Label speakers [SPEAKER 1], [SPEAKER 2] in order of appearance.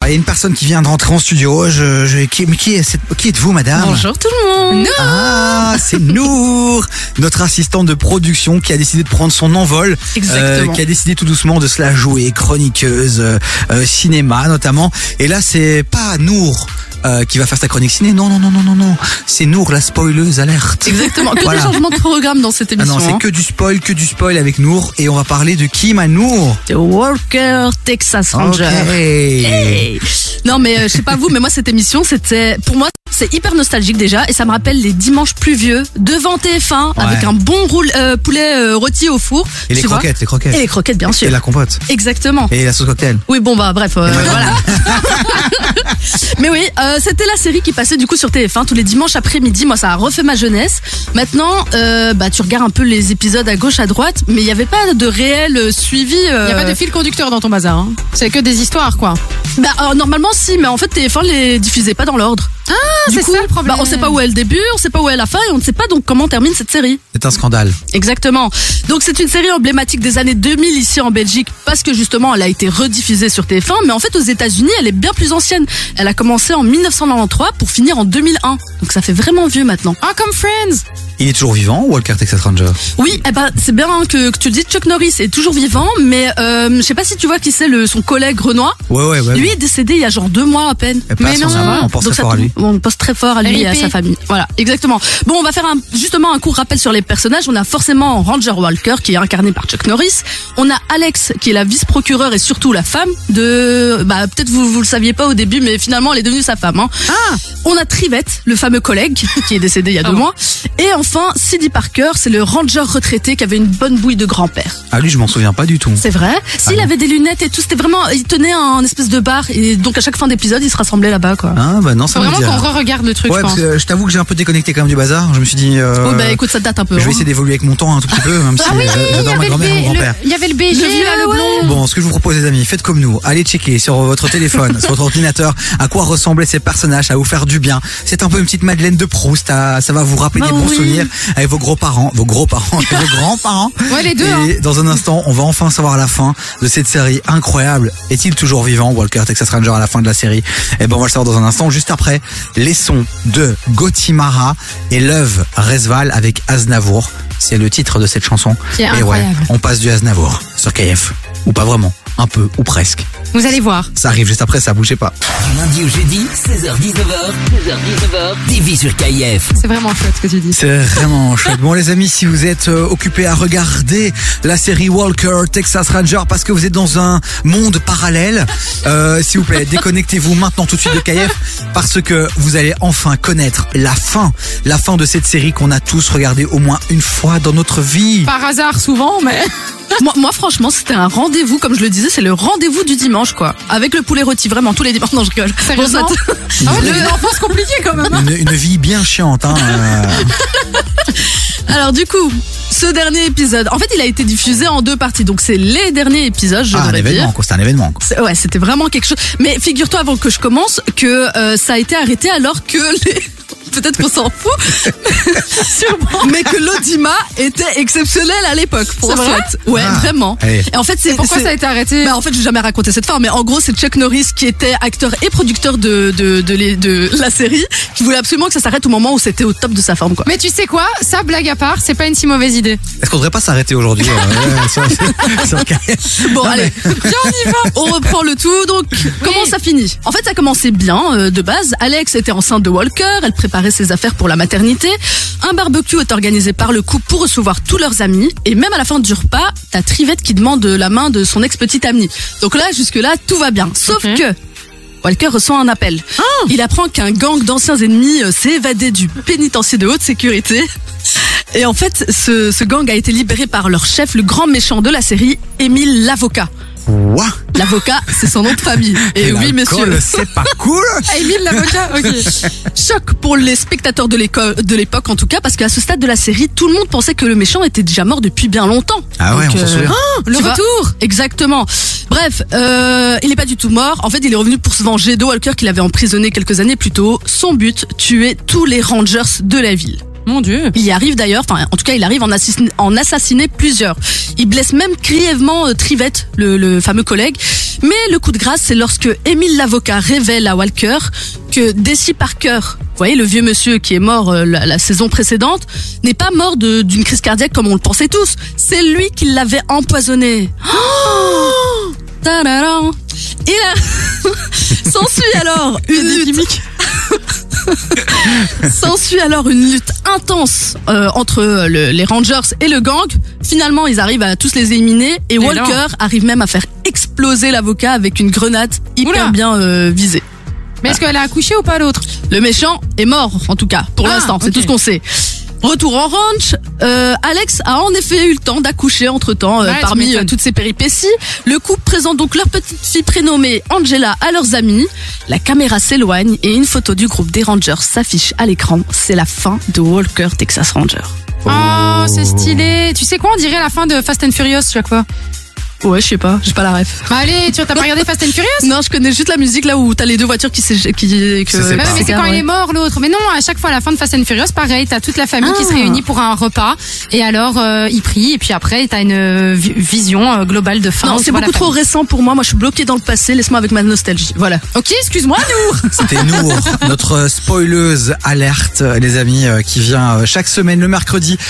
[SPEAKER 1] Ah, il y a une personne qui vient de rentrer en studio. Je, je- qui, mais qui, est cette- qui êtes-vous, madame
[SPEAKER 2] Bonjour tout le monde.
[SPEAKER 1] Ah, c'est Nour, notre assistante de production qui a décidé de prendre son envol, euh,
[SPEAKER 2] Exactement.
[SPEAKER 1] qui a décidé tout doucement de se la jouer, chroniqueuse, euh, euh, cinéma notamment. Et là, c'est pas Nour euh, qui va faire sa chronique ciné, non, non, non, non, non, non, c'est Nour la spoileuse alerte.
[SPEAKER 2] Exactement. Que
[SPEAKER 1] Voilà.
[SPEAKER 2] des changements de programme dans cette
[SPEAKER 1] Ah
[SPEAKER 2] émission.
[SPEAKER 1] non, c'est
[SPEAKER 2] hein.
[SPEAKER 1] que du spoil, que du spoil avec Nour, et on va parler de Kim à Nour.
[SPEAKER 2] The hein. Walker Texas Ranger.
[SPEAKER 1] Ok.
[SPEAKER 2] Hey. Non mais euh, je sais pas vous, mais moi cette émission c'était pour moi c'est hyper nostalgique déjà et ça me rappelle les dimanches pluvieux devant TF1 avec un bon roule, euh, poulet euh, rôti au four.
[SPEAKER 1] Et les
[SPEAKER 2] tu vois.
[SPEAKER 1] croquettes, les croquettes.
[SPEAKER 2] Et les croquettes bien
[SPEAKER 1] Et
[SPEAKER 2] sûr.
[SPEAKER 1] la compote.
[SPEAKER 2] Exactement.
[SPEAKER 1] Et la sauce cocktail.
[SPEAKER 2] Oui bon bah bref euh, voilà. Mais oui, euh, c'était la série qui passait du coup sur TF1 tous les dimanches après-midi. Moi, ça a refait ma jeunesse. Maintenant, euh, bah tu regardes un peu les épisodes à gauche, à droite, mais il n'y avait pas de réel euh, suivi. euh,
[SPEAKER 3] Il n'y a pas de fil conducteur dans ton bazar. hein. C'est que des histoires, quoi.
[SPEAKER 2] Bah euh, normalement si, mais en fait TF1 les diffusait pas dans l'ordre. Ah,
[SPEAKER 3] c'est ça, le problème.
[SPEAKER 2] Bah, on sait pas où est le début, on sait pas où est la fin et on ne sait pas donc comment termine cette série.
[SPEAKER 1] C'est un scandale.
[SPEAKER 2] Exactement. Donc c'est une série emblématique des années 2000 ici en Belgique parce que justement elle a été rediffusée sur TF1, mais en fait aux États-Unis elle est bien plus ancienne. Elle a commencé en 1993 pour finir en 2001. Donc ça fait vraiment vieux maintenant.
[SPEAKER 3] Ah, comme Friends
[SPEAKER 1] Il est toujours vivant, Walker Texas Ranger
[SPEAKER 2] Oui, eh ben, c'est bien hein, que, que tu le dis, Chuck Norris est toujours vivant, mais euh, je sais pas si tu vois qui c'est le son collègue Renoir.
[SPEAKER 1] Ouais, ouais, ouais.
[SPEAKER 2] Lui est décédé il y a genre deux mois à peine.
[SPEAKER 1] Eh ben, sans savoir, on pense
[SPEAKER 2] Donc
[SPEAKER 1] très
[SPEAKER 2] ça
[SPEAKER 1] fort à
[SPEAKER 2] tombe-
[SPEAKER 1] lui.
[SPEAKER 2] On pense très fort à lui et à
[SPEAKER 3] RIP.
[SPEAKER 2] sa famille. Voilà, exactement. Bon, on va faire un, justement un court rappel sur les personnages. On a forcément Ranger Walker qui est incarné par Chuck Norris. On a Alex qui est la vice-procureure et surtout la femme de. Bah peut-être vous vous le saviez pas au début, mais finalement elle est devenue sa femme. Hein.
[SPEAKER 3] Ah
[SPEAKER 2] On a Trivette, le fameux collègue qui est décédé il y a deux mois. Et enfin Sidney Parker, c'est le Ranger retraité qui avait une bonne bouille de grand-père.
[SPEAKER 1] Ah, lui, je m'en souviens pas du tout.
[SPEAKER 2] C'est vrai. S'il
[SPEAKER 1] Ah non.
[SPEAKER 2] avait des lunettes et tout, c'était vraiment. Il tenait un espèce de bar et donc à chaque fin d'épisode, il se rassemblait là-bas, quoi.
[SPEAKER 1] Hein, bah non,
[SPEAKER 3] Faut
[SPEAKER 1] ça me
[SPEAKER 3] vraiment
[SPEAKER 1] dit.
[SPEAKER 3] qu'on
[SPEAKER 1] rien.
[SPEAKER 3] re-regarde le truc,
[SPEAKER 1] Ouais,
[SPEAKER 3] je
[SPEAKER 1] parce
[SPEAKER 3] pense.
[SPEAKER 1] que euh, je t'avoue que j'ai un peu déconnecté quand même du bazar. Je me suis dit. euh,
[SPEAKER 2] Oh, bah écoute, ça date un peu.
[SPEAKER 1] je
[SPEAKER 2] hein.
[SPEAKER 1] vais essayer d'évoluer avec mon temps un tout petit peu, même si
[SPEAKER 3] Ah oui,
[SPEAKER 1] euh,
[SPEAKER 3] il y
[SPEAKER 1] j'adore ma
[SPEAKER 3] avait le
[SPEAKER 1] grand-mère et mon
[SPEAKER 3] B-
[SPEAKER 1] grand-père.
[SPEAKER 3] le- il y avait le BG,
[SPEAKER 2] Le vieux,
[SPEAKER 3] là, le
[SPEAKER 2] ouais.
[SPEAKER 3] blond.
[SPEAKER 1] Bon, ce que je vous propose, les amis, faites comme nous. Allez checker sur votre téléphone, sur votre ordinateur, à quoi ressemblaient ces personnages, à vous faire du bien. C'est un peu une petite Madeleine de Proust. à- ça va vous rappeler
[SPEAKER 2] Bah
[SPEAKER 1] des bons
[SPEAKER 2] oui.
[SPEAKER 1] souvenirs avec vos gros-parents, vos gros-parents et vos grands-parents.
[SPEAKER 3] Ouais, les deux,
[SPEAKER 1] Et
[SPEAKER 3] hein.
[SPEAKER 1] dans un instant, on va enfin savoir la fin de cette série incroyable. Est-il toujours vivant, Walker Texas Ranger, à la fin de la série Eh ben, on va le savoir dans un instant. Juste après, les sons de Gotimara et Love Resval avec Aznavour. C'est le titre de cette chanson.
[SPEAKER 3] Qui est
[SPEAKER 1] Et ouais,
[SPEAKER 3] incroyable.
[SPEAKER 1] on passe du Aznavour sur KF. Ou pas vraiment. Un peu, ou presque.
[SPEAKER 3] Vous allez voir.
[SPEAKER 1] Ça arrive juste après, ça bougeait pas.
[SPEAKER 4] Du lundi au jeudi, 16h19h, 16h19h, TV sur KIF.
[SPEAKER 3] C'est vraiment chouette ce que tu dis.
[SPEAKER 1] C'est vraiment chouette. Bon les amis, si vous êtes euh, occupés à regarder la série Walker Texas Ranger parce que vous êtes dans un monde parallèle, euh, s'il vous plaît, déconnectez-vous maintenant tout de suite de KF parce que vous allez enfin connaître la fin, la fin de cette série qu'on a tous regardé au moins une fois dans notre vie.
[SPEAKER 3] Par hasard, souvent, mais.
[SPEAKER 2] Moi, moi, franchement, c'était un rendez-vous, comme je le disais, c'est le rendez-vous du dimanche, quoi. Avec le poulet rôti, vraiment, tous les dimanches. Non, je rigole.
[SPEAKER 3] Sérieusement
[SPEAKER 2] Bon, ça-
[SPEAKER 3] Ah ouais, c'est une enfance compliquée quand même. hein.
[SPEAKER 1] Une, une vie bien chiante. Hein. euh.
[SPEAKER 2] Alors, du coup, ce dernier épisode, en fait, il a été diffusé en deux parties. Donc, c'est les derniers épisodes, je
[SPEAKER 1] Ah, un
[SPEAKER 2] devrais dire.
[SPEAKER 1] événement, quoi. C'est un événement. quoi.
[SPEAKER 2] C'est- Ouais, c'était vraiment quelque chose. Mais figure-toi avant que je commence que euh, ça a été arrêté alors que les... Peut-être qu'on s'en fout,
[SPEAKER 3] Sûrement.
[SPEAKER 2] mais que l'Odima était exceptionnel à l'époque. pour
[SPEAKER 3] C'est
[SPEAKER 2] en
[SPEAKER 3] vrai
[SPEAKER 2] fait. Ouais,
[SPEAKER 1] Ah,
[SPEAKER 2] vraiment.
[SPEAKER 1] allez.
[SPEAKER 2] Et en fait, c'est
[SPEAKER 3] Pourquoi
[SPEAKER 2] c'est-
[SPEAKER 3] ça a été arrêté
[SPEAKER 2] bah, en fait, j'ai jamais raconté cette fin, mais en gros, c'est Chuck Norris qui était acteur et producteur de de, de, les- de la série, qui voulait absolument que ça s'arrête au moment où c'était au top de sa forme, quoi.
[SPEAKER 3] Mais tu sais quoi Ça, blague à part, c'est pas une si mauvaise idée.
[SPEAKER 1] Est-ce qu'on devrait pas s'arrêter aujourd'hui euh, ouais, sur- sur KF?
[SPEAKER 2] Bon,
[SPEAKER 1] Non,
[SPEAKER 2] allez, Viens, on y va. On reprend le tout. Donc, comment ça finit En fait, ça commençait bien euh, de base. Alex était enceinte de Walker. Elle préparait ses affaires pour la maternité. Un barbecue est organisé par le couple pour recevoir tous leurs amis. Et même à la fin du repas, t'as Trivette qui demande la main de son ex-petite amie. Donc là, jusque-là, tout va bien. Sauf
[SPEAKER 3] Ok.
[SPEAKER 2] que Walker reçoit un appel. Il apprend qu'un gang d'anciens ennemis euh, s'est évadé du pénitencier de haute sécurité. Et en fait, ce, ce gang a été libéré par leur chef, le grand méchant de la série, Émile l'avocat.
[SPEAKER 1] Ouah,
[SPEAKER 2] L'avocat, c'est son nom de famille. Et Eh oui,
[SPEAKER 1] l'alcool,
[SPEAKER 2] monsieur.
[SPEAKER 1] C'est pas cool.
[SPEAKER 3] Émile l'avocat, ok.
[SPEAKER 2] Choc pour les spectateurs de l'éco- de l'époque, en tout cas, parce qu'à ce stade de la série, tout le monde pensait que le méchant était déjà mort depuis bien longtemps.
[SPEAKER 1] Ah ouais,
[SPEAKER 2] Donc,
[SPEAKER 1] on s'en
[SPEAKER 2] euh,
[SPEAKER 1] souvient.
[SPEAKER 2] Le
[SPEAKER 3] Tu vois
[SPEAKER 2] retour Exactement. Bref, euh, il n'est pas du tout mort. En fait, il est revenu pour se venger de Walker qu'il avait emprisonné quelques années plus tôt. Son but, tuer tous les Rangers de la ville.
[SPEAKER 3] Mon Dieu.
[SPEAKER 2] Il y arrive d'ailleurs, enfin en tout cas il arrive en, assassiner, en assassiner plusieurs. Il blesse même grièvement euh, Trivette, le, le fameux collègue. Mais le coup de grâce, c'est lorsque Émile l'avocat révèle à Walker que Desi Parker, vous voyez le vieux monsieur qui est mort euh, la, la saison précédente, n'est pas mort de- d'une crise cardiaque comme on le pensait tous. C'est lui qui l'avait empoisonné. Oh Tararan. Et là, s'ensuit alors une lutte. S'ensuit alors une lutte intense euh, entre euh, le- les Rangers et le gang. Finalement, ils arrivent à tous les éliminer et
[SPEAKER 3] non.
[SPEAKER 2] Walker arrive même à faire exploser l'avocat avec une grenade hyper
[SPEAKER 3] Oula.
[SPEAKER 2] bien euh, visée.
[SPEAKER 1] Bah.
[SPEAKER 3] Mais est-ce qu'elle a accouché ou pas l'autre
[SPEAKER 2] Le méchant est mort, en tout cas, pour
[SPEAKER 3] Ah,
[SPEAKER 2] l'instant, c'est
[SPEAKER 3] ok.
[SPEAKER 2] tout ce qu'on sait. Retour en ranch, euh, Alex a en effet eu le temps d'accoucher entre-temps euh,
[SPEAKER 3] Ouais, tu
[SPEAKER 2] parmi
[SPEAKER 3] m'étonnes.
[SPEAKER 2] euh, toutes ces péripéties. Le couple présente donc leur petite fille prénommée Angela à leurs amis. La caméra s'éloigne et une photo du groupe des Rangers s'affiche à l'écran. C'est la fin de Walker Texas Ranger.
[SPEAKER 3] Oh, c'est stylé. Tu sais quoi, on dirait la fin de Fast and Furious chaque fois.
[SPEAKER 2] Ouais, je sais pas, j'ai pas la ref.
[SPEAKER 3] Bah allez, tu t'as pas regardé Fast and Furious
[SPEAKER 2] Non, je connais juste la musique là où t'as les deux voitures qui s'é- qui que-
[SPEAKER 1] Ça, c'est
[SPEAKER 3] Ah Ouais,
[SPEAKER 1] pas.
[SPEAKER 3] mais c'est quand
[SPEAKER 2] ouais.
[SPEAKER 3] il est mort l'autre. Mais non, à chaque fois à la fin de Fast and Furious, pareil, t'as toute la famille qui se
[SPEAKER 2] Ah.
[SPEAKER 3] réunit pour un repas et alors euh, ils prient et puis après t'as une euh, vi- vision euh, globale de fin.
[SPEAKER 2] Non,
[SPEAKER 3] tu
[SPEAKER 2] c'est
[SPEAKER 3] vois la
[SPEAKER 2] beaucoup trop
[SPEAKER 3] famille.
[SPEAKER 2] récent pour moi. Moi, je suis bloquée dans le passé. Laisse-moi avec ma nostalgie. Voilà.
[SPEAKER 3] Ok, excuse-moi, nous.
[SPEAKER 1] C'était Nour, notre spoileuse alerte, les amis, euh, qui vient euh, chaque semaine le mercredi